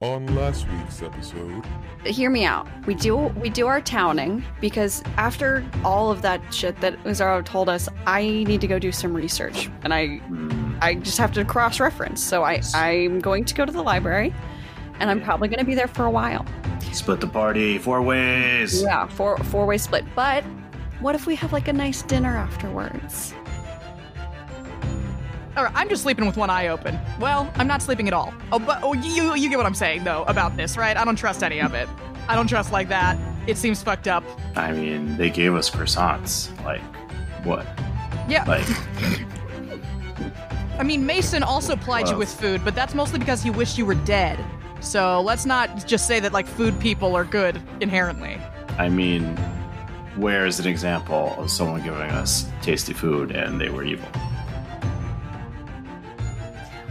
On last week's episode, hear me out. We do we do our towning because after all of that shit that Uzaro told us, I need to go do some research, and I I just have to cross reference. So I I'm going to go to the library, and I'm probably going to be there for a while. Split the party four ways. Yeah, four four way split. But what if we have like a nice dinner afterwards? Or I'm just sleeping with one eye open. Well, I'm not sleeping at all. Oh, but oh, you you get what I'm saying though about this, right? I don't trust any of it. I don't trust like that. It seems fucked up. I mean, they gave us croissants. Like, what? Yeah. Like, I mean, Mason also plied you Wow. with food, but that's mostly because he wished you were dead. So let's not just say that like food people are good inherently. I mean, where is an example of someone giving us tasty food and they were evil?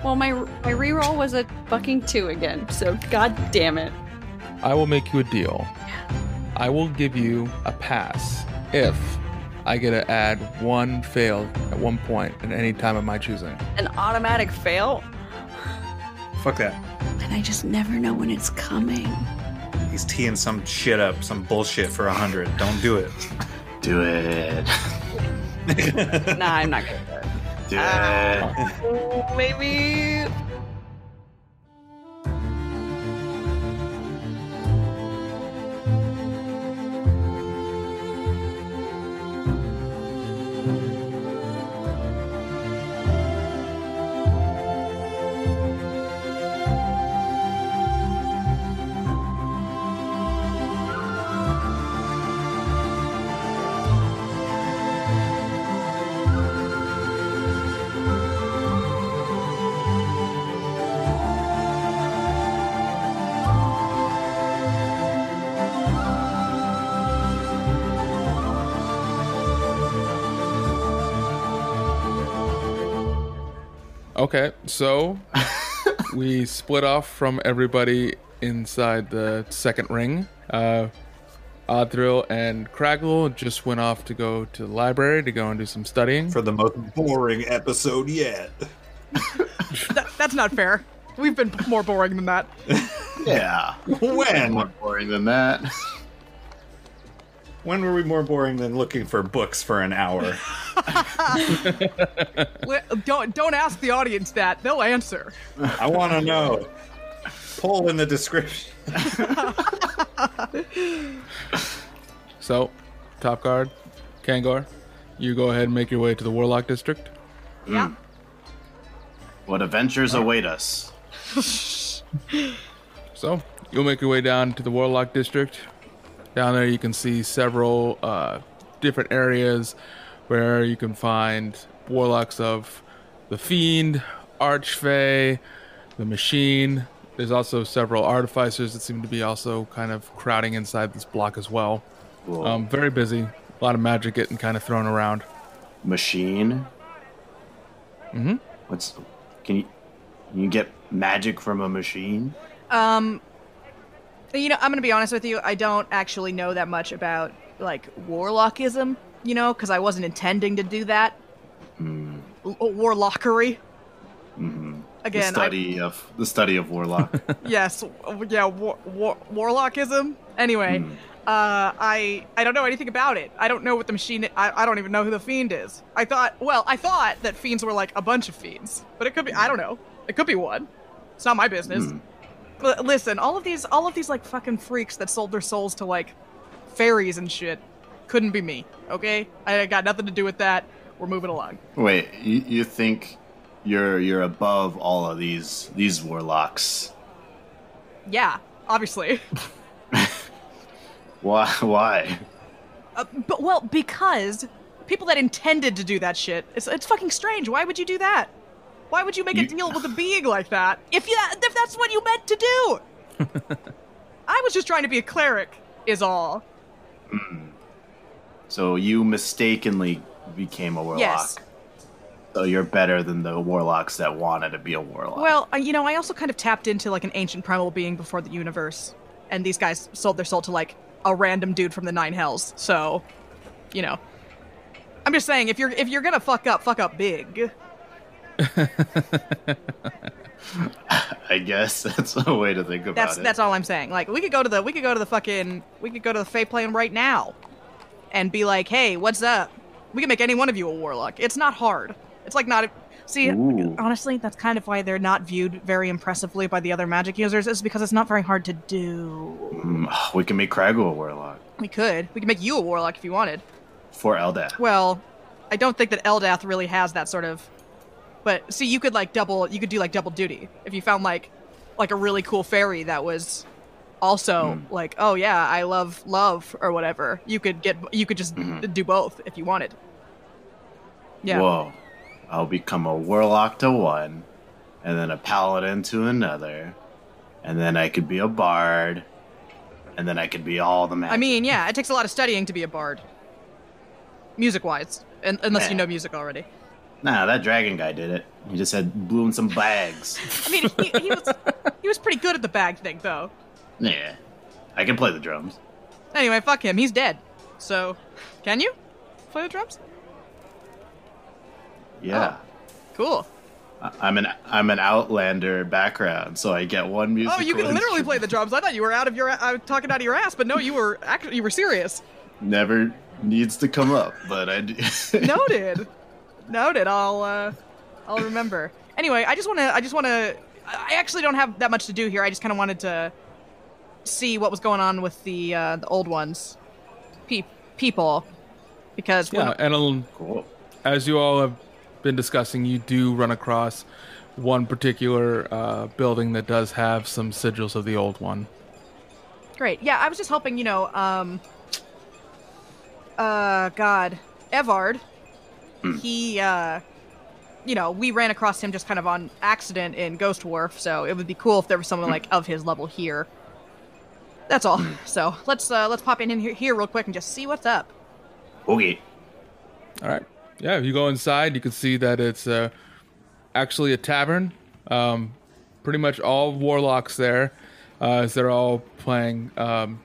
Well, my my reroll was a fucking two again. So god damn it. I will make you a deal. I will give you a pass if I get to add one fail at one point at any time of my choosing. An automatic fail, Fuck that. and I just never know when it's coming. He's teeing some shit up, some bullshit for a hundred. Don't do it. Do it. nah, I'm not gonna do it. Do it. Maybe. Okay, so we split off from everybody inside the second ring. Uh, Odril and Craggle just went off to go to the library to go and do some studying. For the most boring episode yet. That, that's not fair. We've been more boring than that. Yeah. When? More boring than that. When were we more boring than looking for books for an hour? Li- Don't don't ask the audience that. They'll answer. I want to know. Poll in the description. So, Top Guard, Kangor, you go ahead and make your way to the Warlock District. Yeah. What adventures await us? So, you'll make your way down to the Warlock District. Down there, you can see several uh, different areas where you can find Warlocks of the Fiend, Archfey, the Machine. There's also several Artificers that seem to be also kind of crowding inside this block as well. Cool. Um, very busy. A lot of magic getting kind of thrown around. Machine. Mm-hmm. What's? Can you? Can you get magic from a machine? You know, I'm gonna be honest with you. I don't actually know that much about like warlockism. You know, because I wasn't intending to do that. L- warlockery. Again, Mm. Mm-hmm. the I- study of the study of warlock. yes, w- yeah, war, war, warlockism. Anyway, uh, I I don't know anything about it. I don't know what the machine. I, I don't even know who the fiend is. I thought, well, I thought that fiends were like a bunch of fiends, but it could be. I don't know. It could be one. It's not my business. But listen, all of these, all of these like fucking freaks that sold their souls to like fairies and shit, couldn't be me. Okay, I got nothing to do with that. We're moving along. Wait, you, you think you're you're above all of these these warlocks? Yeah, obviously. Why? Why? Uh, but well, because people that intended to do that shit, it's, it's fucking strange. Why would you do that? Why would you make a You- deal with a being like that if you if that's what you meant to do? I was just trying to be a cleric, is all. So you mistakenly became a warlock. Yes. So you're better than the warlocks that wanted to be a warlock. Well, I, you know, I also kind of tapped into like an ancient primal being before the universe, and these guys sold their soul to like a random dude from the nine hells. So, you know, I'm just saying, if you're if you're gonna fuck up, fuck up big. I guess that's a way to think about That's it. that's all I'm saying. Like we could go to the we could go to the fucking we could go to the Fey plane right now, and be like, hey, what's up? We can make any one of you a warlock. It's not hard. It's like not. See, Ooh. honestly, that's kind of why they're not viewed very impressively by the other magic users. Is because it's not very hard to do. Mm, we can make Krago a warlock We could. We could make you a warlock if you wanted. for Eldath. Well, I don't think that Eldath really has that sort of. But see, you could like double. You could do like double duty if you found like, like a really cool fairy that was, also like, oh yeah, I love love or whatever. You could get. You could just do both if you wanted. Yeah. Whoa. I'll become a warlock to one, and then a paladin to another, and then I could be a bard, and then I could be all the magic. I mean, yeah, it takes a lot of studying to be a bard. Music wise, un unless you Yeah. know music already. nah, that dragon guy did it. He just had blew in some bags. I mean, he, he was he was pretty good at the bag thing though. yeah, I can play the drums. Anyway, fuck him. He's dead. So, can you play the drums? Yeah, Oh. Cool. I- I'm an I'm an outlander background, so I get one music. Oh, you can literally play the drums. I thought you were out of your I was talking out of your ass, but no, you were actually you were serious. Never needs to come up, but I do. Noted. Noted. I'll uh, I'll remember. Anyway, I just want to I just want to I I actually don't have that much to do here. I just kind of wanted to see what was going on with the uh, the old ones. Pe- people because Yeah, Uh, and it'll- cool. as you all have been discussing, you do run across one particular uh, building that does have some sigils of the old one. Great. Yeah, I was just hoping, you know, um uh god, Evard. He uh you know, we ran across him just kind of on accident in Ghost Wharf, so it would be cool if there was someone like of his level here. That's all. So, let's uh let's pop in in here, here real quick and just see what's up. Okay. All right. Yeah, if you go inside, you can see that it's uh, actually a tavern. Um, pretty much all warlocks there, uh, as they're all playing um,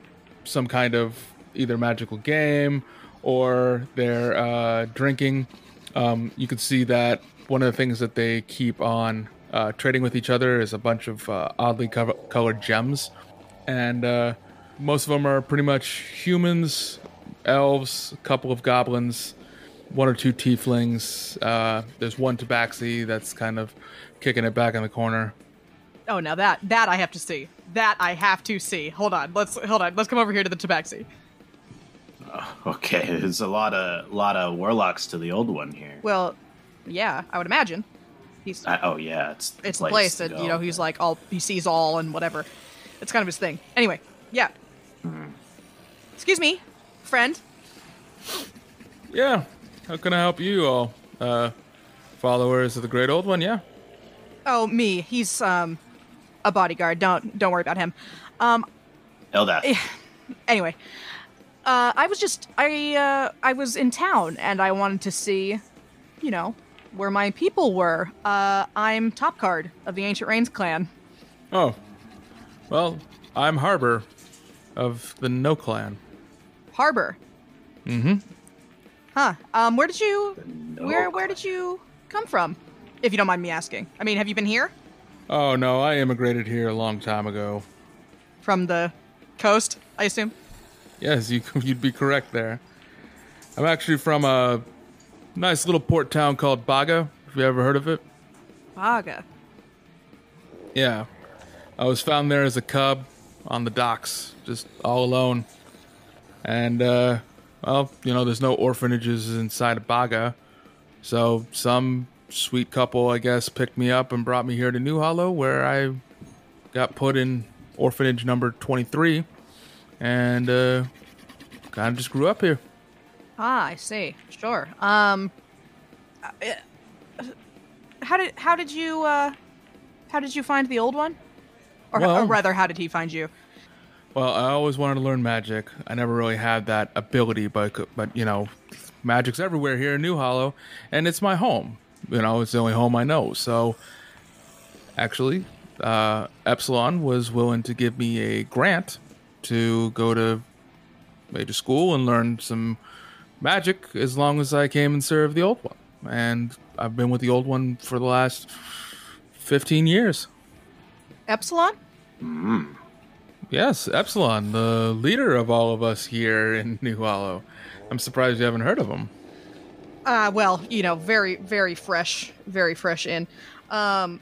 some kind of either magical game or they're uh, drinking. Um, you can see that one of the things that they keep on uh, trading with each other is a bunch of uh, oddly cover- colored gems, and uh, most of them are pretty much humans, elves, a couple of goblins one or two tieflings. Uh, there's one tabaxi that's kind of kicking it back in the corner. Oh, now that that I have to see. That I have to see. Hold on. Let's hold on. Let's come over here to the tabaxi. Okay, there's a lot of lot of warlocks to the old one here. Well, yeah, I would imagine. He's I, oh yeah, it's the it's the place to that go. you know he's like all he sees all and whatever. It's kind of his thing. Anyway, yeah. Excuse me, friend. Yeah, how can I help you all, uh, followers of the Great Old One? Yeah, Oh me, he's um a bodyguard. Don't don't worry about him. Um Eldath. anyway, uh, I was just I uh, I was in town and I wanted to see, you know, where my people were. Uh, I'm top card of the Ancient Rains clan. Oh, well, I'm Harbor of the No Clan. Harbor. Mm-hmm. Huh. Um, where did you No where where did you come from? If you don't mind me asking. I mean, have you been here? Oh no, I immigrated here a long time ago. From the coast, I assume? Yes, you, you'd be correct there. I'm actually from a nice little port town called Baga. Have you ever heard of it? Baga. Yeah. I was found there as a cub on the docks, just all alone. And, uh, well, you know, there's no orphanages inside of Baga. So some sweet couple, I guess, picked me up and brought me here to New Hollow, where I got put in orphanage number 23. And, uh, kind of just grew up here. Ah, I see. Sure. Um uh, How did how did you uh how did you find the old one? Or, or Well- rather how did he find you? Well, I always wanted to learn magic. I never really had that ability, but but you know, magic's everywhere here in New Hollow, and it's my home. You know, it's the only home I know. So, actually, uh, Epsilon was willing to give me a grant to go to major school and learn some magic as long as I came and served the old one. And I've been with the old one for the last 15 years. Epsilon? Yes, Epsilon, the leader of all of us here in New Hollow. I'm surprised you haven't heard of him. Uh, well, you know, very, very fresh, very fresh in. Um,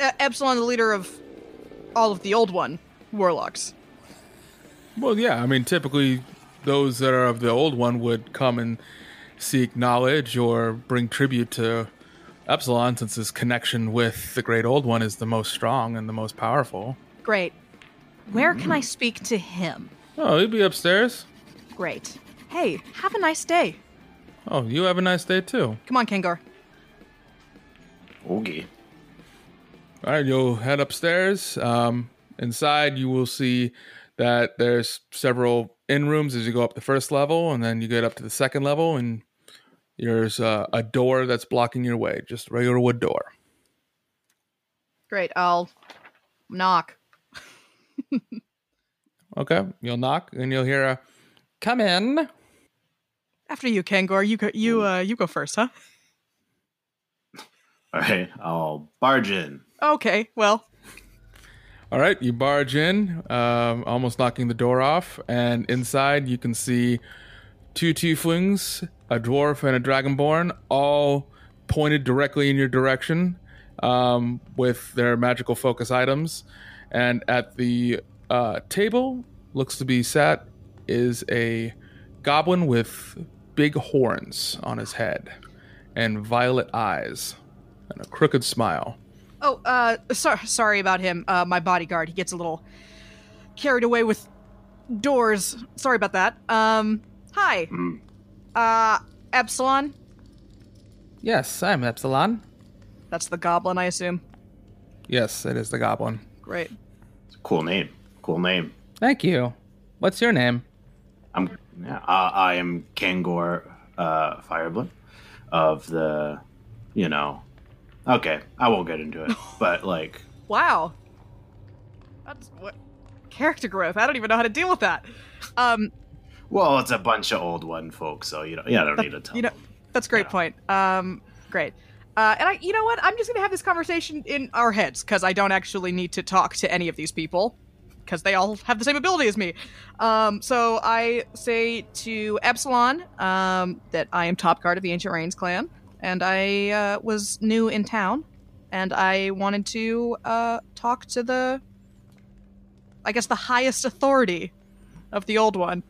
E- Epsilon, the leader of all of the old one warlocks. Well, yeah, I mean, typically those that are of the old one would come and seek knowledge or bring tribute to Epsilon, since his connection with the Great Old One is the most strong and the most powerful. Great. Where can I speak to him? Oh, he'd be upstairs. Great. Hey, have a nice day. Oh, you have a nice day too. Come on, Kengar. Okay. All right, you'll head upstairs. Um, inside, you will see that there's several in rooms as you go up the first level, and then you get up to the second level, and there's uh, a door that's blocking your way, just a regular wood door. Great. I'll knock. Okay, you'll knock, and you'll hear a "Come in." After you, Kengar. You go. You uh. You go first, huh? All right. I'll barge in. Okay. Well. All right, you barge in, um, almost knocking the door off, and inside you can see two tieflings, a dwarf, and a dragonborn, all pointed directly in your direction um, with their magical focus items. And at the uh, table, looks to be sat, is a goblin with big horns on his head and violet eyes and a crooked smile. Oh. Uh. So- sorry about him. Uh. My bodyguard. He gets a little carried away with doors. Sorry about that. Um. Hi. Uh. Epsilon. Yes, I'm Epsilon. That's the goblin, I assume. Yes, it is the goblin. Great. It's a cool name. Cool name. Thank you. What's your name? I'm yeah, I, I am Kangor uh, Fireblood of the, you know, okay, I won't get into it, but like, Wow. That's what character growth. I don't even know how to deal with that. Um, well, it's a bunch of old one folks, so you know, yeah, I don't need to tell. you know, them. that's a great Yeah. point. Um, great. Uh, and I, you know what? I'm just gonna have this conversation in our heads because I don't actually need to talk to any of these people because they all have the same ability as me. Um, so I say to Epsilon um, that I am top guard of the Ancient Rains clan, and I uh, was new in town, and I wanted to uh, talk to the, I guess, the highest authority of the old one.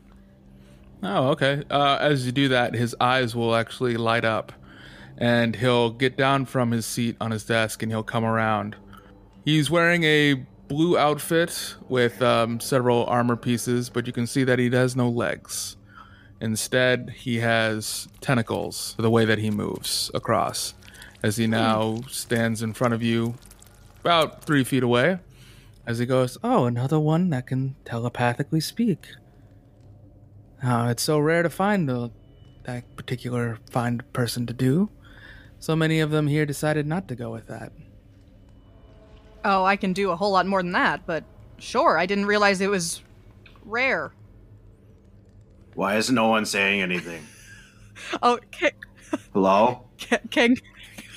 Oh, okay. Uh, as you do that, his eyes will actually light up, and he'll get down from his seat on his desk and he'll come around. He's wearing a blue outfit with um, several armor pieces, but you can see that he has no legs. Instead, he has tentacles the way that he moves across as he now stands in front of you about three feet away. As he goes, Oh, another one that can telepathically speak. Uh, it's so rare to find a, that particular find person to do. So many of them here decided not to go with that. Oh, I can do a whole lot more than that, but sure, I didn't realize it was rare. why is no one saying anything? Oh, K- Hello, K- Kang-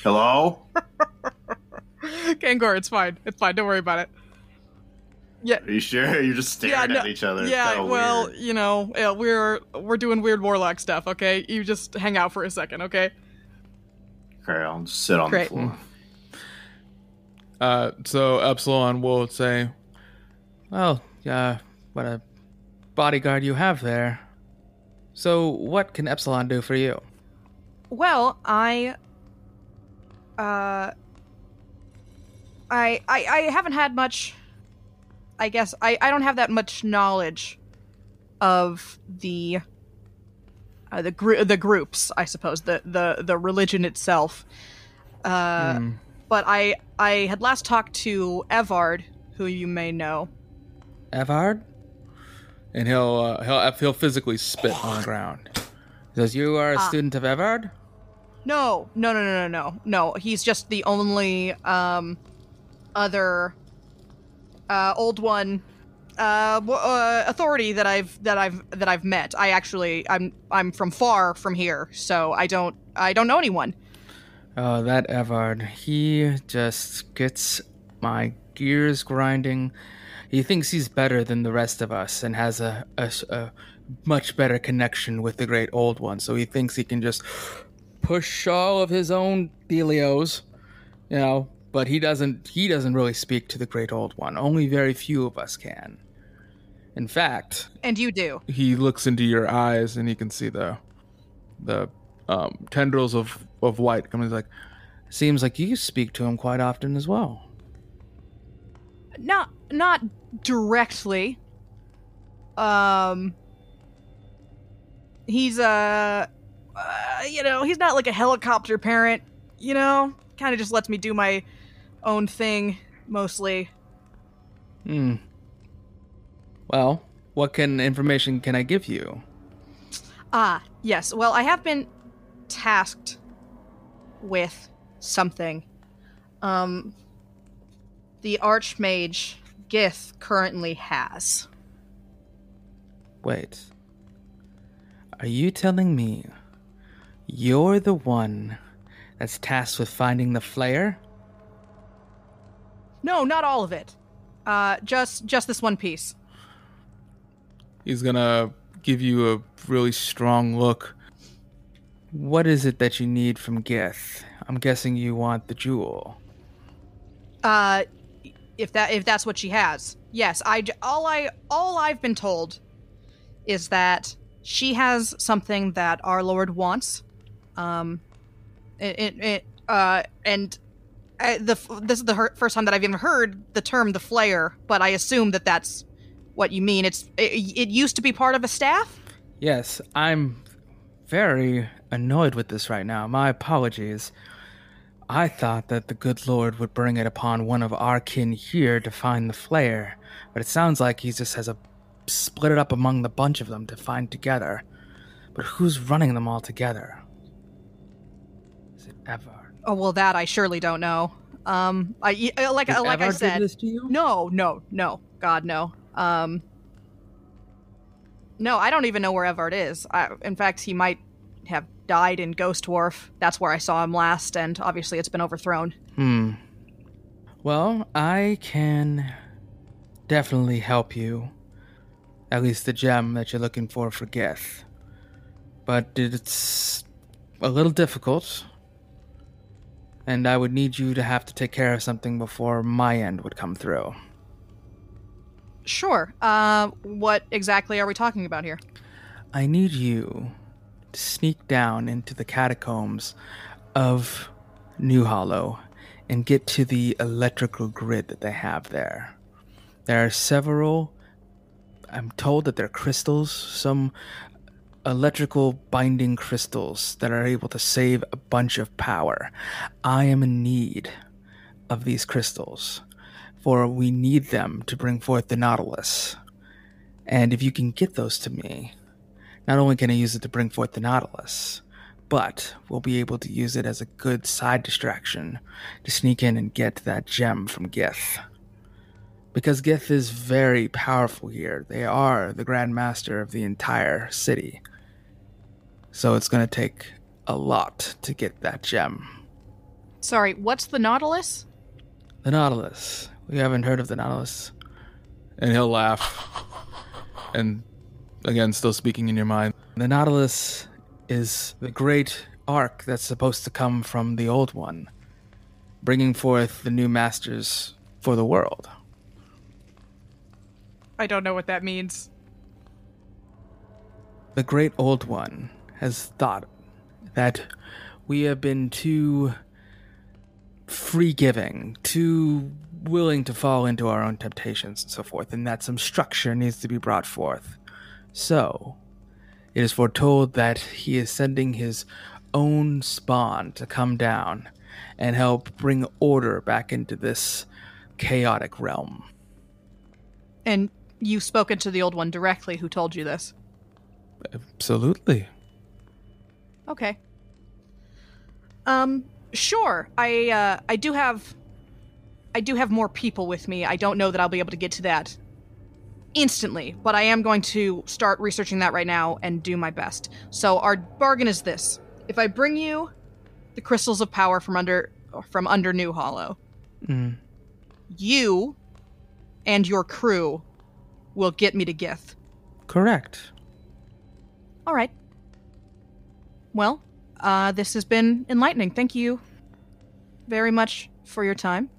hello. Kangor, it's fine. It's fine. Don't worry about it. Are you sure? You're just Yeah, staring no- at each other. It's yeah, kinda well, weird. you know, yeah, we're we're doing weird warlock stuff, okay? You just hang out for a second, okay? okay, I'll just sit on the Great. floor. Uh, so Epsilon will say, Well, uh, what a bodyguard you have there. So, what can Epsilon do for you? Well, I uh I, I I haven't had much I guess I I don't have that much knowledge of the uh, the gr- the groups, I suppose, the the the religion itself. Uh but I I had last talked to Evard, who you may know. Evard? And he'll, uh, he'll, he'll physically spit on the ground. He says, You are a student of Evard? No, no, no, no, no, no, no. He's just the only um, other uh, old one uh, w- uh, authority that I've that I've that I've met. I actually I'm I'm from far from here, so I don't I don't know anyone. Oh, that Evard. He just gets my gears grinding. He thinks he's better than the rest of us and has a, a s- a much better connection with the Great Old One. So he thinks he can just push all of his own delios, you know. But he doesn't. He doesn't really speak to the Great Old One. Only very few of us can. In fact, And you do. he looks into your eyes and he can see the the um, tendrils of of light coming. He's like, seems like you speak to him quite often as well. Not not directly. Um He's uh, uh you know, he's not like a helicopter parent, you know? Kind of just lets me do my own thing mostly. Hmm. Well, what can information can I give you? Ah, yes. Well, I have been tasked with something. Um, the Archmage Gith currently has. Wait. Are you telling me you're the one that's tasked with finding the flare? No, not all of it. Uh, just just this one piece. he's gonna give you a really strong look. What is it that you need from Gith? I'm guessing you want the jewel. Uh, if that if that's what she has, yes. I j- all I all I've been told is that she has something that our Lord wants. Um, it, it, it uh, and I, the f- this is the her- first time that I've even heard the term the flare, but I assume that that's what you mean. It's it, it used to be part of a staff. Yes, I'm very annoyed with this right now. My apologies. I thought that the good Lord would bring it upon one of our kin here to find the flare, but it sounds like he just has a split it up among the bunch of them to find together. But who's running them all together? Is it Ever? Oh well, that I surely don't know. Um, I y- like like I said, to you? No, no, no. God, no. Um, no, I don't even know where Evard is. I, in fact, he might have died in Ghost Wharf. That's where I saw him last, and obviously it's been overthrown. Hmm. Well, I can definitely help you. At least the gem that you're looking for for Geth. But it's a little difficult. And I would need you to have to take care of something before my end would come through. Sure. Uh, what exactly are we talking about here? I need you to sneak down into the catacombs of New Hollow and get to the electrical grid that they have there. There are several, I'm told that they're crystals, some electrical binding crystals that are able to save a bunch of power. I am in need of these crystals, for we need them to bring forth the Nautilus. And if you can get those to me, not only can I use it to bring forth the Nautilus, but we'll be able to use it as a good side distraction to sneak in and get that gem from Gith. Because Gith is very powerful here. They are the Grand Master of the entire city. So it's going to take a lot to get that gem. Sorry, what's the Nautilus? The Nautilus. We haven't heard of the Nautilus. And he'll laugh. And again, still speaking in your mind. The Nautilus is the great arc that's supposed to come from the old one, bringing forth the new masters for the world. I don't know what that means. The great old one has thought that we have been too free giving, too willing to fall into our own temptations and so forth, and that some structure needs to be brought forth. So, it is foretold that he is sending his own spawn to come down and help bring order back into this chaotic realm. And you've spoken to the old one directly who told you this. Absolutely. Okay. Um, sure. I uh, I do have, I do have more people with me. I don't know that I'll be able to get to that instantly, but I am going to start researching that right now and do my best. So our bargain is this: if I bring you the crystals of power from under from under New Hollow. You and your crew will get me to Gith. Correct. All right. Well, uh, this has been enlightening. Thank you very much for your time.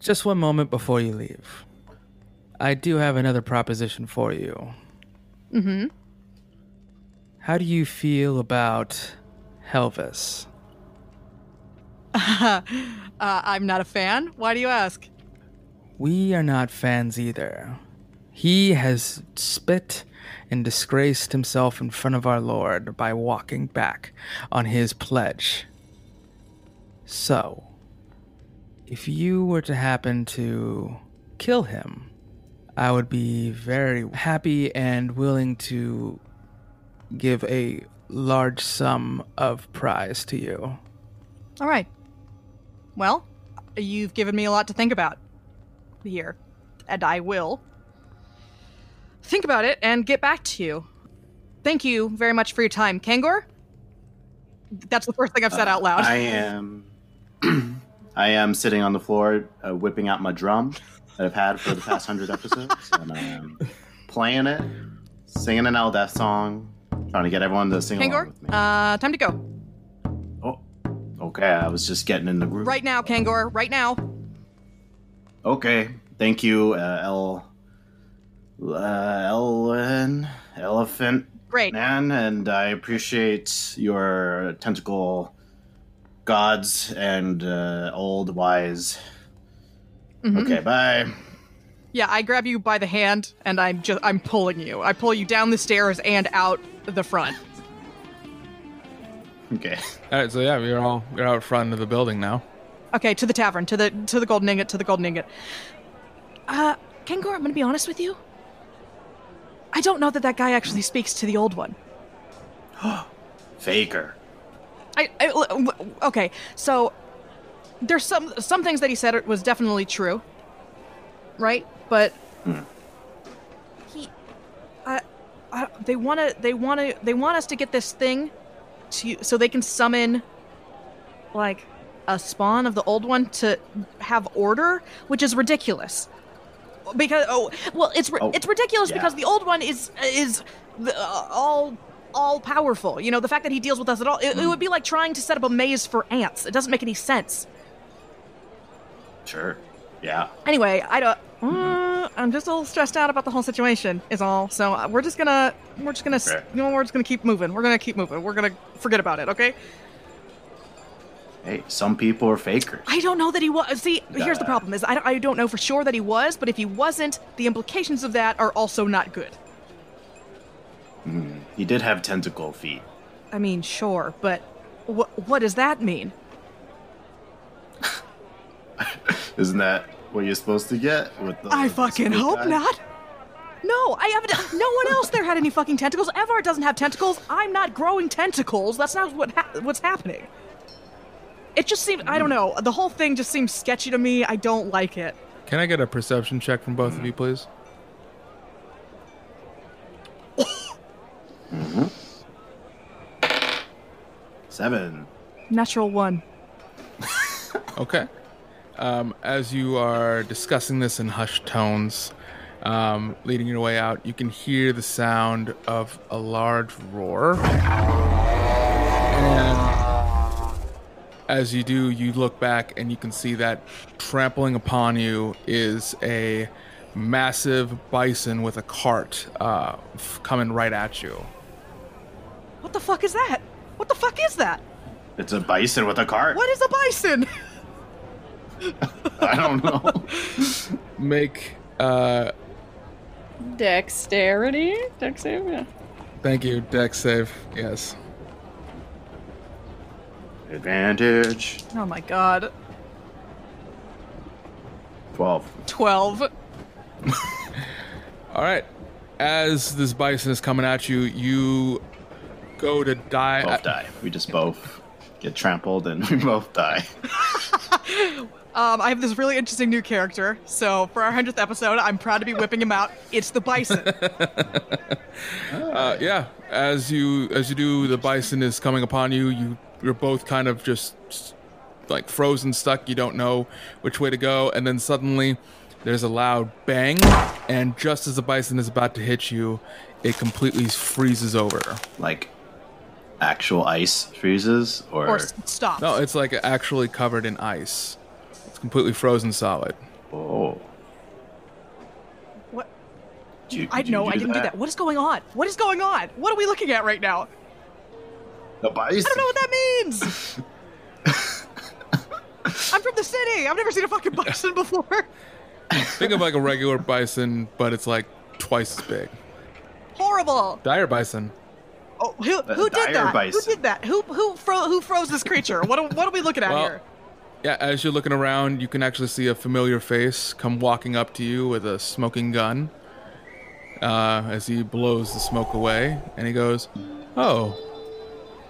Just one moment before you leave. I do have another proposition for you. Mm hmm. How do you feel about Helvis? Uh, I'm not a fan. Why do you ask? We are not fans either. He has spit and disgraced himself in front of our Lord by walking back on his pledge. So, if you were to happen to kill him, I would be very happy and willing to give a large sum of prize to you. All right. Well, you've given me a lot to think about here, and I will think about it and get back to you. Thank you very much for your time, Kangor. That's the first thing I've said out loud. Uh, I am. I am sitting on the floor, uh, whipping out my drum that I've had for the past hundred episodes, and I am playing it, singing an LDF song, trying to get everyone to sing along Kangor, with me. uh, time to go. oh, okay. I was just getting in the groove. Right now, Kangor, right now. Okay. Thank you, uh, L. Uh, Ellen, Elephant Great. Nan, and I appreciate your tentacle gods and uh, old wise. Mm-hmm. Okay, bye. Yeah, I grab you by the hand and I'm just I'm pulling you. I pull you down the stairs and out the front. Okay. All right, so yeah, we're all we're out front of the building now. Okay, to the tavern, to the to the golden ingot, to the golden ingot. Uh, Kangor, I'm gonna be honest with you. I don't know that that guy actually speaks to the old one. Faker. I, I l- w- okay, so there's some some things that he said was definitely true, right? But he, I, I, they want to they want to they want us to get this thing to so they can summon like a spawn of the old one to have order, which is ridiculous. Because oh well, it's ri- Oh, it's ridiculous yeah. because the old one is is the, uh, all all powerful. You know the fact that he deals with us at all. It, Mm. it would be like trying to set up a maze for ants. It doesn't make any sense. Sure. Yeah. Anyway, I don't. Uh, I'm just a little stressed out about the whole situation. Is all. So uh, we're just gonna we're just gonna s Okay. you know we're just gonna keep moving. We're gonna keep moving. We're gonna forget about it. Okay. Hey, some people are fakers. I don't know that he was. See, here's the Yeah. problem: is I don't, I don't know for sure that he was, but if he wasn't, the implications of that are also not good. He did have tentacle feet. I mean, sure, but what what does that mean? Isn't that what you're supposed to get with the? I fucking with hope that? not. No, I haven't. No one else there had any fucking tentacles. Evar doesn't have tentacles. I'm not growing tentacles. That's not what ha- what's happening. It just seems. I don't know. The whole thing just seems sketchy to me. I don't like it. Can I get a perception check from both of you, please? Seven. Natural one. Okay. Um, as you are discussing this in hushed tones, um, leading your way out, you can hear the sound of a large roar. And as you do, you look back and you can see that trampling upon you is a massive bison with a cart uh, f- coming right at you. What the fuck is that? What the fuck is that? It's a bison with a cart. What is a bison? I don't know. Make. Uh, Dexterity? Dexterity? Yeah. thank you, Dex save. Yes. Advantage. Oh my god. Twelve. Twelve. All right. As this bison is coming at you, you go to die. Uh, uh, Both die. We just both get trampled and we both die. Um, I have this really interesting new character. So for our hundredth episode, I'm proud to be whipping him out. It's the bison. Uh, yeah. As you as you do, the bison is coming upon you. You you're both kind of just s- like frozen, stuck. You don't know which way to go, and then suddenly there's a loud bang, and just as the bison is about to hit you, it completely freezes over. Like actual ice freezes or, Or s- stop. No, it's like actually covered in ice. It's completely frozen solid. oh. What? Did you- I did you know I didn't do that. What is going on? What is going on? What are we looking at right now? The bison. I don't know what that means. I'm from the city. I've never seen a fucking bison before. Think of like a regular bison, but it's like twice as big. Horrible. Dire bison. Oh, who who dire did that? bison. Who did that? Who who fro- who froze this creature? What are, what are we looking at Well, here? Yeah, as you're looking around, you can actually see a familiar face come walking up to you with a smoking gun. Uh, as he blows the smoke away, and he goes, "Oh,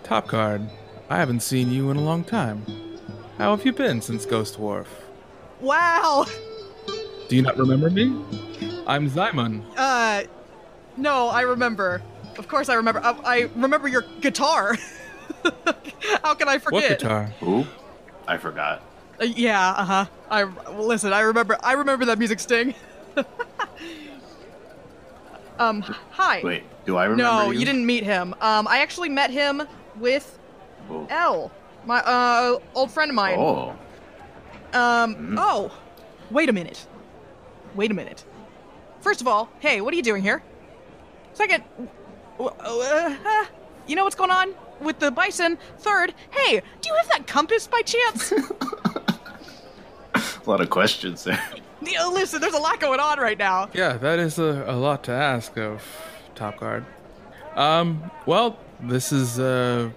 Top Card, I haven't seen you in a long time. How have you been since Ghost Wharf? Wow. Do you not remember me? I'm Zymon. Uh, no, I remember. Of course, I remember. I, I remember your guitar. How can I forget? What guitar? Who? I forgot. Uh, yeah. Uh huh. I well, listen. I remember. I remember that music sting. um. Hi. Wait, do I remember? No, you, you didn't meet him. Um, I actually met him with Oh. L, my uh old friend of mine. Oh. Mm-hmm. Um. Oh, wait a minute. Wait a minute. First of all, hey, what are you doing here? Second, w- uh, uh, you know what's going on with the bison. Third, hey, do you have that compass by chance? A lot of questions there. Yeah, uh, Listen, there's a lot going on right now. Yeah, that is a, a lot to ask of Top Guard. Um, well, this is uh,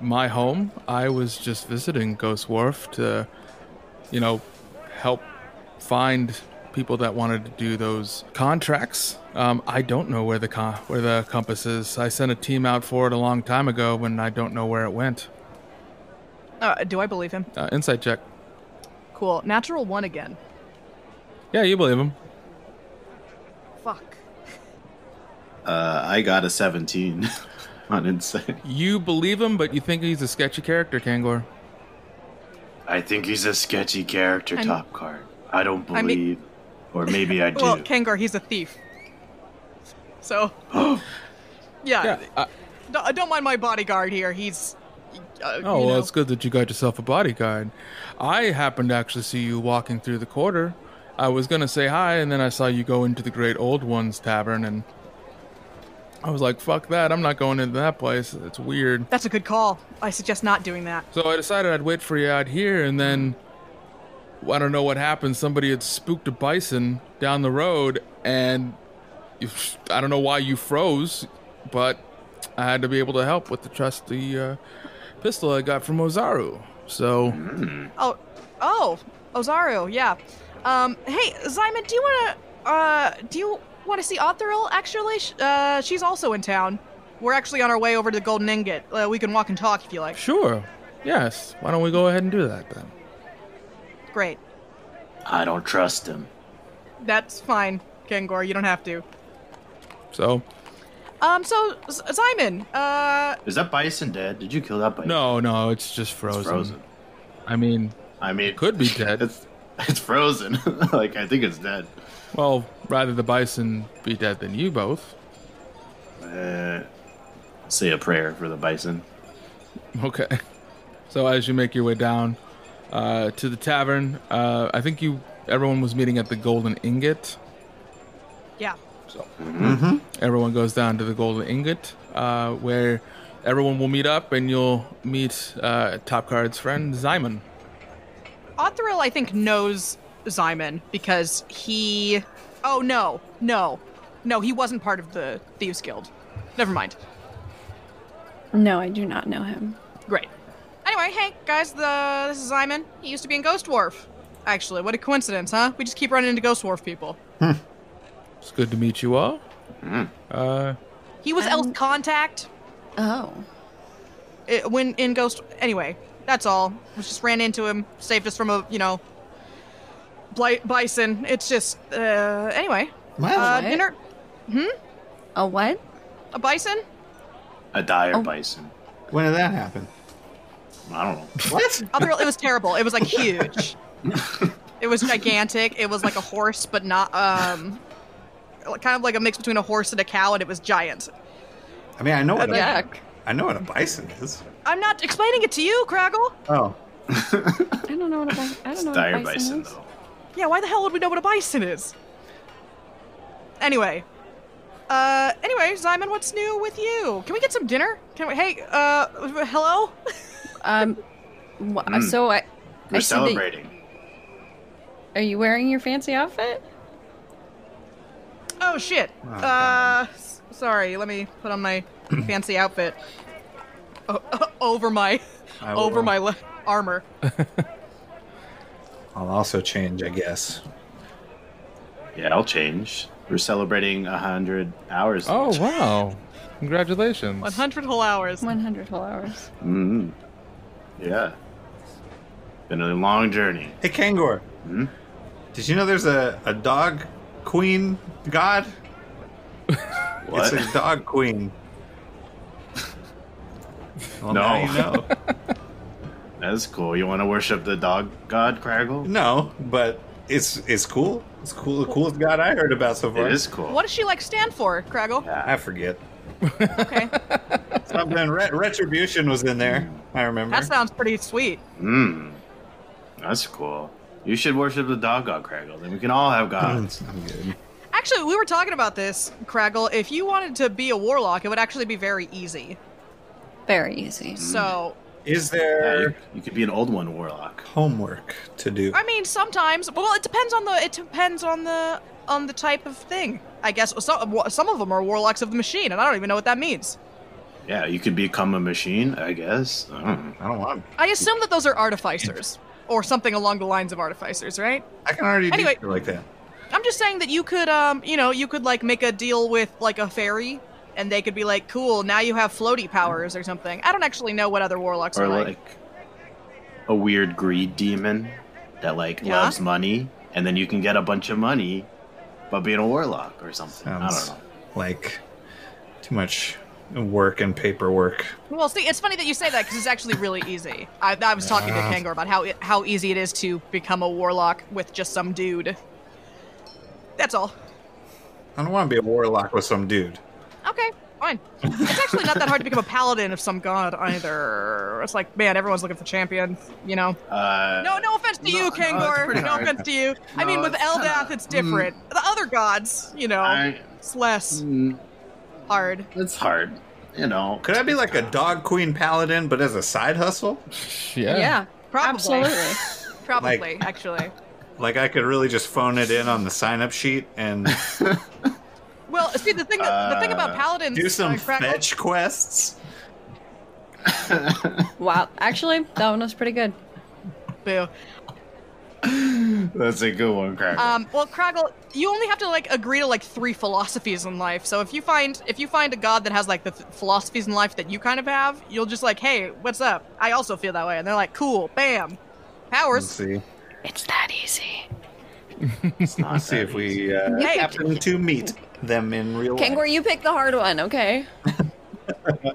my home. I was just visiting Ghost Wharf to, you know, help find people that wanted to do those contracts. Um, I don't know where the con- where the compass is. I sent a team out for it a long time ago, and I don't know where it went. Uh, do I believe him? Uh, insight check. Cool. Natural one again. Yeah, you believe him. Fuck. Uh, I got a 17 on insight. You believe him, but you think he's a sketchy character, Kangor. I think he's a sketchy character, I'm- Top Card. I don't I mean- believe, or maybe I do. Well, Kangar, he's a thief. So, yeah, Yeah. I- Don't, don't mind my bodyguard here. He's. Uh, Oh, you well, know. it's good that you got yourself a bodyguard. I happened to actually see you walking through the quarter. I was going to say hi, and then I saw you go into the Great Old Ones Tavern, and I was like, fuck that. I'm not going into that place. It's weird. That's a good call. I suggest not doing that. So I decided I'd wait for you out here, and then I don't know what happened. Somebody had spooked a bison down the road, and you, I don't know why you froze, but I had to be able to help with the trusty uh, pistol I got from Ozaru. So Oh, oh, Ozaru, yeah. Um, hey, Simon, do you wanna, uh, do you wanna see Authoril? Actually, Sh- uh, she's also in town. We're actually on our way over to the Golden Ingot. Uh, we can walk and talk if you like. sure, yes. Why don't we go ahead and do that then? Great, I don't trust him. that's fine, Kangor. You don't have to. So Um, so S- Simon, uh, Is that bison dead? Did you kill that bison? no, no, it's just frozen. It's frozen. I mean, I mean, Could be dead. It's, it's frozen. like, I think it's dead. well, rather the bison be dead than you both. Uh, say a prayer for the bison. Okay. So as you make your way down uh, to the tavern, uh, I think you everyone was meeting at the Golden Ingot. yeah, Everyone goes down to the Golden Ingot, uh, where everyone will meet up, and you'll meet uh, Top Card's friend Simon. Authoril, I think, knows Simon because he. Oh, no. No. No, he wasn't part of the Thieves Guild. Never mind. No, I do not know him. Great. Anyway, hey, guys, the this is Simon. He used to be in Ghost Wharf. Actually, what a coincidence, huh? We just keep running into Ghost Wharf people. It's good to meet you all. Uh, He was Elf Contact Oh. uh, when in Ghost. Anyway, that's all. We just ran into him, saved us from a, you know, bli- bison. It's just. uh Anyway. What? Uh, dinner. A what? A bison? Oh. A dire bison. When did that happen? I don't know. What? Other, it was terrible. It was like huge. it was gigantic. It was like a horse, but not um, kind of like a mix between a horse and a cow, and it was giant. I mean, I know what a, Yuck. I know what a bison is. I'm not explaining it to you, Craggle. Oh, I don't know what a bison. I don't know. Dire what a bison bison, is. though. Yeah, why the hell would we know what a bison is? Anyway. Uh, anyway, Simon, what's new with you? Can we get some dinner? Can we? Hey, uh, hello. Um, wha- so I. We're I see that- celebrating. are you wearing your fancy outfit? Oh shit. uh, s- sorry. Let me put on my fancy outfit. O- over my, I over will- my le- armor. I'll also change, I guess. Yeah, I'll change. We're celebrating a hundred hours. Oh wow! Congratulations. 100 whole hours. 100 whole hours. Mhm. Yeah. Been a long journey. Hey, Kangor. Hmm? Did you know there's a, a dog queen god? What? It's a dog queen. No. Well, now you know. That's cool. You want to worship the dog god, Craggle? no, but it's it's cool. It's cool. The coolest god I heard about so far. It is cool. What does she like stand for, Craggle? I forget. Okay, Something re- retribution was in there. Hmm. I remember. that sounds pretty sweet. Mm. That's cool. You should worship the dog god, Craggle. Then we can all have gods. I'm good. Actually, we were talking about this, Craggle. If you wanted to be a warlock, it would actually be very easy. Very easy. So, Mm. Is Yeah, there you, you could be an old one warlock. homework to do? I mean, sometimes. Well, it depends on the. It depends on the on the type of thing. I guess some some of them are warlocks of the machine, and I don't even know what that means. Yeah, you could become a machine, I guess. I don't know. I don't want. I assume that those are artificers or something along the lines of artificers, right? I can already Anyway. do shit like that. I'm just saying that you could, um, you know, you could like make a deal with like a fairy, and they could be like, "Cool, now you have floaty powers or something." I don't actually know what other warlocks or are like. like a weird greed demon that like Yeah. loves money, and then you can get a bunch of money by being a warlock or something. I Sounds don't know. like too much work and paperwork. Well, see, it's funny that you say that because it's actually really easy. I, I was talking to Kangor about how it, how easy it is to become a warlock with just some dude. That's all. I don't want to be a warlock with some dude. Okay, fine. It's actually not that hard to become a paladin of some god either. It's like, man, everyone's looking for champions, you know. Uh, No, no offense to you, No, no, it's Kangor. No, pretty hard. offense to you. I No, mean, with it's Eldath, kinda- it's different. The other gods, you know, I- it's less mm, hard. it's hard. You know, Could I be like a dog queen paladin, but as a side hustle? yeah. yeah. Probably. Absolutely. Probably, Like- actually. Like I could really just phone it in on the sign up sheet and Well, see, the thing, that, the thing about paladins, do some uh, Crackle- fetch quests. wow. Actually, that one was pretty good. Boo. that's a good one, Craig. Um, well, Craggle, you only have to like agree to like three philosophies in life. So if you find if you find a god that has like the th- philosophies in life that you kind of have, you'll just like, hey, what's up? I also feel that way, and they're like, cool, bam, Let's powers. see. It's that easy. it's not Let's see that if easy. we uh, Hey. happen to meet them in real life. Kangor, you pick the hard one, okay?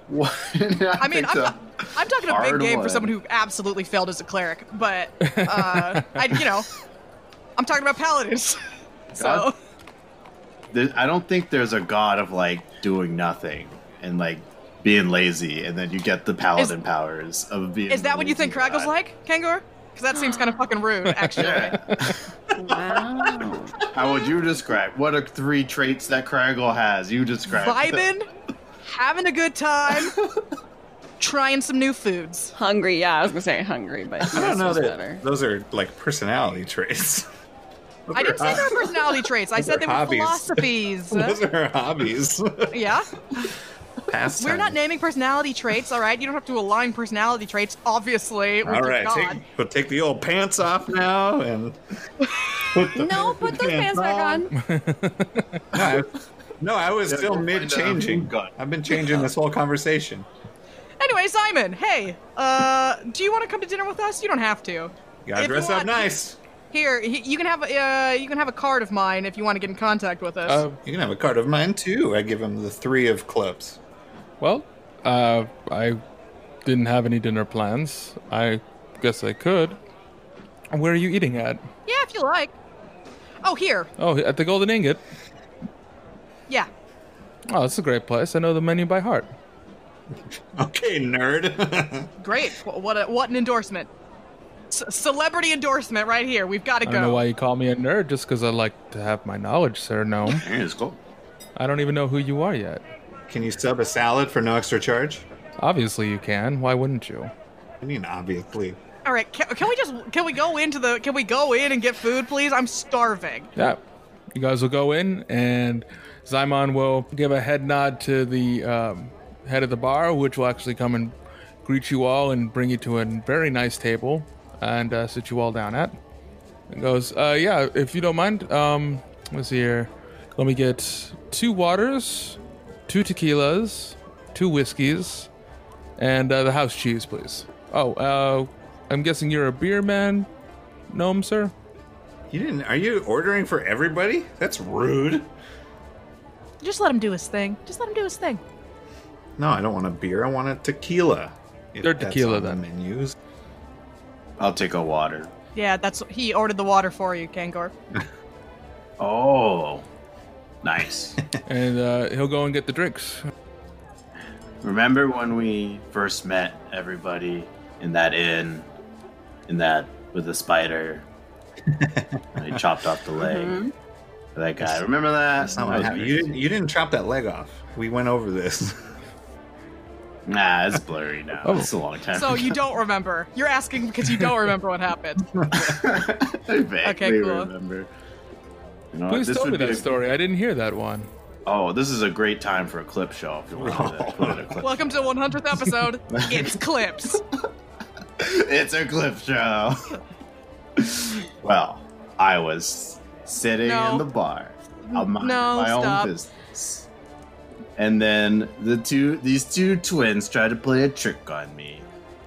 What? I mean, I'm, ta- I'm talking a big hard game for one. someone who absolutely failed as a cleric, but uh, I, you know, I'm talking about paladins. so God. There- I don't think there's a god of like doing nothing and like being lazy, and then you get the paladin powers of being. is that what you think lazy Craggle's god. like, Kangor? Because that seems kind of fucking rude, actually. Wow. How would you describe? What are three traits that Craggle has? You describe. vibing, having a good time, trying some new foods. hungry. Yeah, I was gonna say hungry, but I don't this know was that better. those are like personality traits. I didn't say they were personality traits. I said they were Hobbies. philosophies. those are hobbies. yeah, Pastimes. we're not naming personality traits. All right, you don't have to align personality traits. Obviously, with All your right, god. take, we'll take the old pants off now and put the No, put those pants back on. No, I was still we'll mid changing. find out who got- I've been changing this whole conversation. Anyway, Simon, hey, uh, do you want to come to dinner with us? You don't have to. You gotta If you dress up want- nice. Here, he- you can have uh, you can have a card of mine if you want to get in contact with us. Uh, You can have a card of mine too. I give him the three of clubs. well, uh, I Didn't have any dinner plans. I guess I could. Where are you eating at? Yeah, if you like. Oh, here. Oh, at the Golden Ingot. Yeah. Oh, it's a great place. I know the menu by heart. Okay, nerd. Great. Wh- What a, what an endorsement. C- celebrity endorsement right here. We've got to I don't know go. why you call me a nerd just because I like to have my knowledge, sir. No, Yeah, it's cool. I don't even know who you are yet. Can you sub a salad for no extra charge? Obviously, you can. Why wouldn't you? I mean, obviously. All right. Can, can we just can we go into the can we go in and get food, please? I'm starving. Yeah. You guys will go in, and Zymon will give a head nod to the um, head of the bar, which will actually come and greet you all and bring you to a very nice table and uh, sit you all down at. And goes, uh, Yeah, if you don't mind, um, let's see here. Let me get two waters, two tequilas, two whiskeys, and uh, the house cheese, please. Oh, uh, I'm guessing you're a beer man, gnome, sir? You didn't? Are you ordering for everybody? That's rude. Just let him do his thing. Just let him do his thing. No, I don't want a beer. I want a tequila. If They're that's tequila, on the then. menus. I'll take a water. Yeah, that's he ordered the water for you, Kangor. Oh, nice. and uh, he'll go and get the drinks. Remember when we first met everybody in that inn, in that with the spider? and he chopped off the leg. Mm-hmm. That guy. Remember that? That's not what happened. You didn't. You didn't chop that leg off. We went over this. Nah, it's blurry now. Oh. It's a long time. So you don't remember. You're asking because you don't remember what happened. I vaguely Okay, cool. remember. You know, Please this tell would me be that a- story. I didn't hear that one. Oh, this is a great time for a clip show. If you want to do that. Put in a clip. Welcome to the 100th episode. It's clips. it's a clip show. well, I was sitting No. in the bar, i minding No, my stop. own business, and then the two these two twins tried to play a trick on me,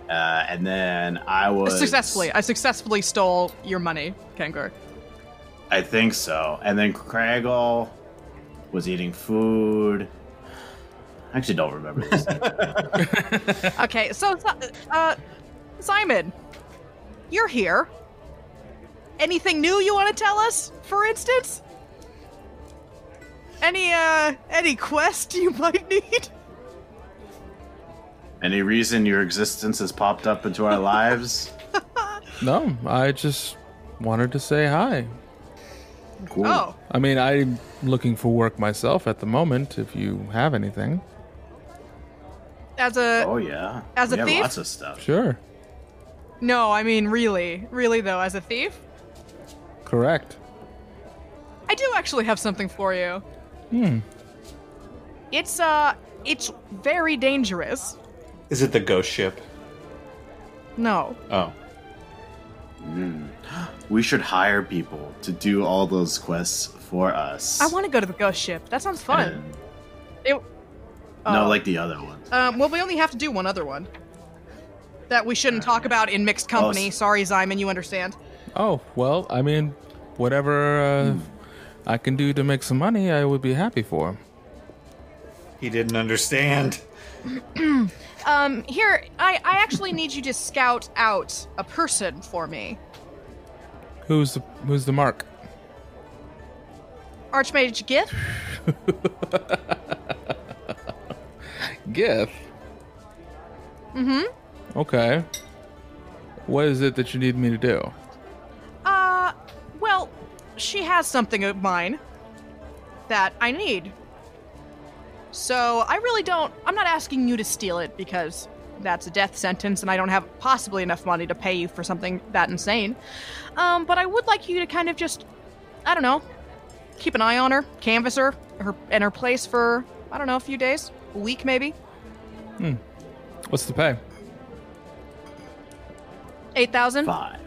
uh, and then I was Successfully, I successfully stole your money, Kangor. I think so. And then Craggle was eating food. I actually don't remember this. Okay, so uh, Simon, you're here. Anything new you want to tell us? For instance, any uh, any quest you might need? Any reason your existence has popped up into our lives? No, I just wanted to say hi. Cool. Oh, I mean, I'm looking for work myself at the moment. If you have anything, as a Oh, yeah. As a we have thief? lots of stuff. sure, no, I mean really, really though, as a thief, correct. I do actually have something for you. It's uh, it's very dangerous. Is it the ghost ship? No, Oh, We should hire people to do all those quests for us. I want to go to the ghost ship. That sounds fun. And- It, No, Oh. like the other ones. Um, well, we only have to do one other one that we shouldn't talk about in mixed company. Oh, s- Sorry, Simon, you understand. Oh well, I mean, whatever uh, I can do to make some money, I would be happy for. he didn't understand. Um, here, I, I actually need you to scout out a person for me. Who's the Who's the mark? Archmage Gith? Gith. Mm-hmm. Okay. What is it that you need me to do? Uh, well, she has something of mine that I need. So I really don't. I'm not asking you to steal it because that's a death sentence, and I don't have possibly enough money to pay you for something that insane. Um, but I would like you to kind of just, I don't know, keep an eye on her, canvass her, her and her place for I don't know a few days, a week maybe. What's the pay? Eight thousand. Five.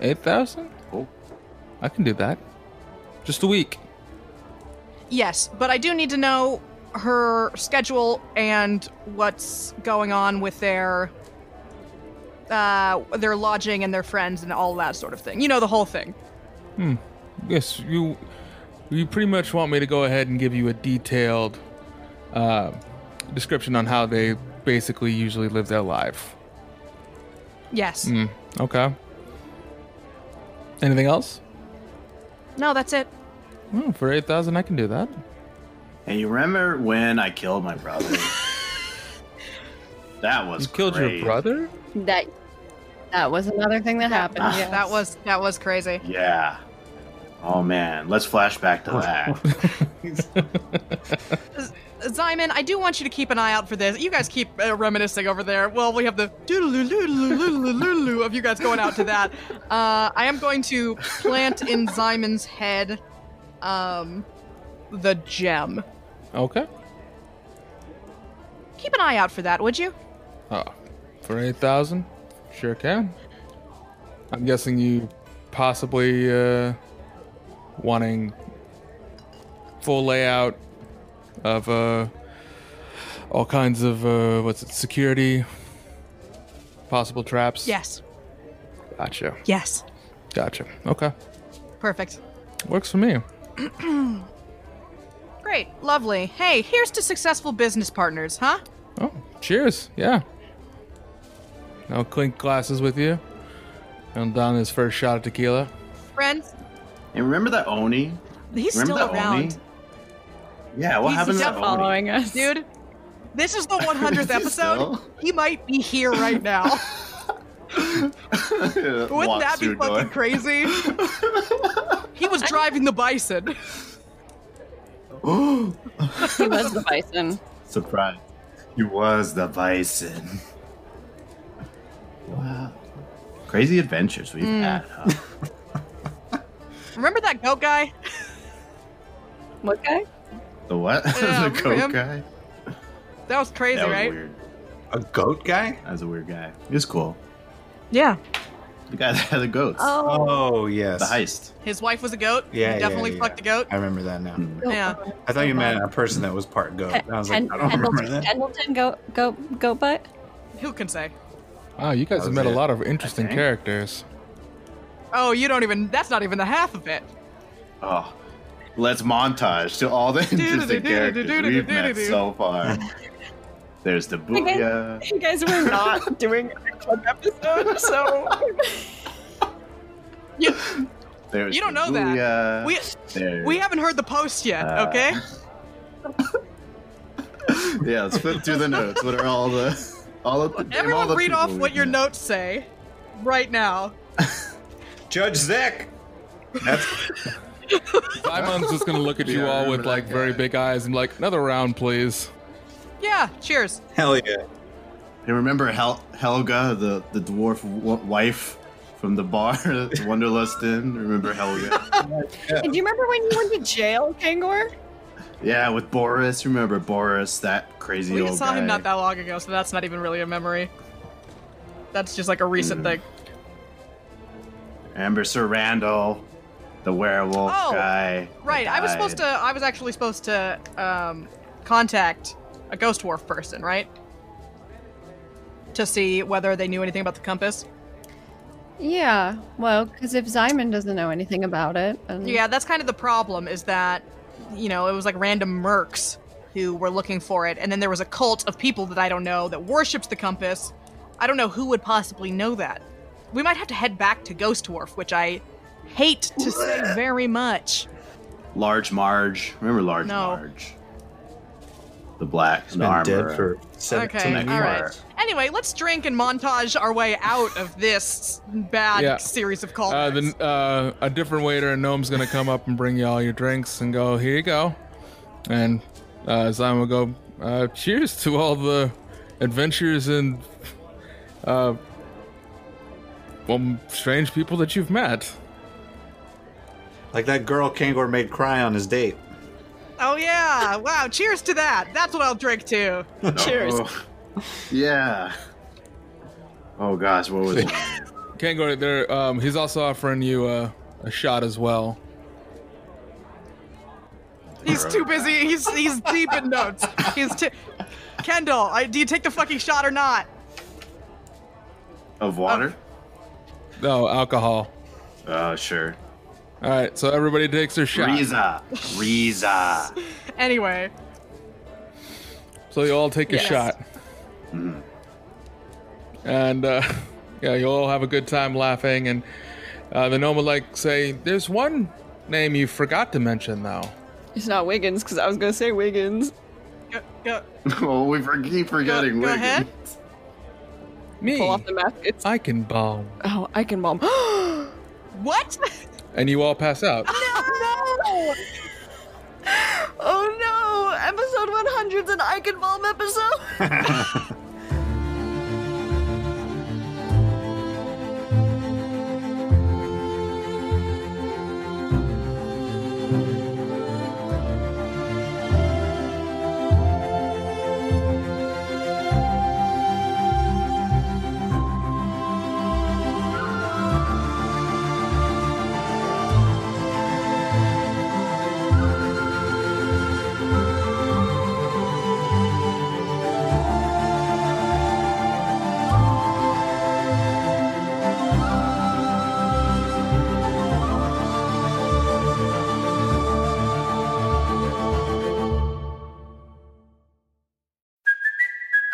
Eight thousand. Cool. I can do that. Just a week. Yes, but I do need to know her schedule and what's going on with their uh their lodging and their friends and all that sort of thing. You know the whole thing. Yes, you. You pretty much want me to go ahead and give you a detailed uh, description on how they basically usually live their life. Yes. Okay. Anything else? No, that's it. Oh, for eight thousand, I can do that. And you remember when I killed my brother? that was You killed great. your brother? That that was another thing that happened. Ah. yeah. That was that was crazy. Yeah. Oh man, let's flash back to Oh. that. Simon, I do want you to keep an eye out for this. You guys keep uh, reminiscing over there. Well, we have the doodle-oo-loo-loo-loo-loo-loo-loo of you guys going out to that. Uh, I am going to plant in Simon's head um, the gem. Okay. Keep an eye out for that, would you? Oh, for eight thousand, sure can. I'm guessing you possibly uh, wanting full layout of uh, all kinds of uh, what's it security, possible traps. Yes. Gotcha. Yes. Gotcha. Okay. Perfect. Works for me. Great. Lovely. Hey, here's to successful business partners, huh? Oh, cheers. Yeah. I'll clink glasses with you. And down his first shot of tequila. Friends, and remember that Oni? he's Remember still that around. Oni? Yeah, what He's happened to still that Oni? Following us. Dude, this is the 100th Is he episode. still? He might be here right now. Wouldn't Walks that be through fucking door. crazy? he was driving the bison. He was the bison. Surprise. He was the bison. Wow. Crazy adventures we've Mm. had. Huh? Remember that goat guy? What guy? The what? Yeah, the remember goat him? guy? That was crazy, That was right? weird. A goat guy? That was a weird guy. He was cool. Yeah. The guy that had the goats. Oh yes. The heist. His wife was a goat. Yeah, He yeah, definitely yeah. fucked a goat. I remember that now. Hmm. Yeah. I thought you meant a person that was part goat. I was Oh, like, I don't remember Pendleton, that. Pendleton go go go butt. Who can say? Wow, you guys have was met a it, lot of interesting think. characters. Oh, you don't even. That's not even the half of it. Oh. Let's montage to all the interesting characters we've met so far. There's the booyah. You guys were not doing a club episode, so You, There's You don't the know that. booyah. we There's- we haven't heard the post yet. Uh, okay. Yeah, let's flip through the notes. What are all the all of the name all Everyone, the read people off we've what your met. notes say, right now. Judge Zek. Simon's just gonna look at you Yeah, I all with remember like that very guy. big eyes and like another round, please. Yeah. Cheers. Hell yeah. And remember Hel- Helga, the the dwarf w- wife from the bar, Wonderlust Inn. Remember Helga? Do you remember when you went to jail, Kangor? yeah, with Boris. Remember Boris, that crazy We old saw guy. him not that long ago, so that's not even really a memory. That's just like a recent Mm, thing. Remember Sir Randall, the werewolf Oh, guy. that Right. I was died. supposed to. I was actually supposed to um, contact a ghost dwarf person, right? To see whether they knew anything about the compass. Yeah. Well, because if Simon doesn't know anything about it, and Yeah, that's kind of the problem. Is that you know it was like random mercs who were looking for it, and then there was a cult of people that I don't know that worships the compass. I don't know who would possibly know that. We might have to head back to Ghost Dwarf, which I hate to say very much. Large Marge. Remember Large No. Marge? The black and Been armor. dead for Okay, seventeen next all right. part. Anyway, let's drink and montage our way out of this bad Yeah. series of calls. Uh, the, uh, a different waiter and gnome's gonna come up and bring you all your drinks and go, here you go. And uh, Simon will go, uh, cheers to all the adventures and uh, well, strange people that you've met. Like that girl Kangor made cry on his date. oh yeah! Wow! Cheers to that. That's what I'll drink to. cheers. Oh, yeah. Oh gosh, what was it? Can't go there. Um, he's also offering you a, a shot as well. He's too busy. He's he's deep in notes. He's too. Kendall, I, do you take the fucking shot or not? Of water? No alcohol. Oh, sure. All right, so everybody takes their shot. Riza. Riza. Anyway, So you all take a shot. And uh, yeah, you'll all have a good time laughing. And uh, the gnome would like say, "There's one name you forgot to mention, though." It's not Wiggins because I was gonna say Wiggins. Go, go, oh, we for- keep go, forgetting. go Wiggins. ahead. Me, Pull off the mask. It's I can bomb. oh, I can bomb. What? And you all pass out. no! Oh no! Episode 100's an Icon Bomb episode!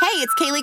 Hey, it's Kaylee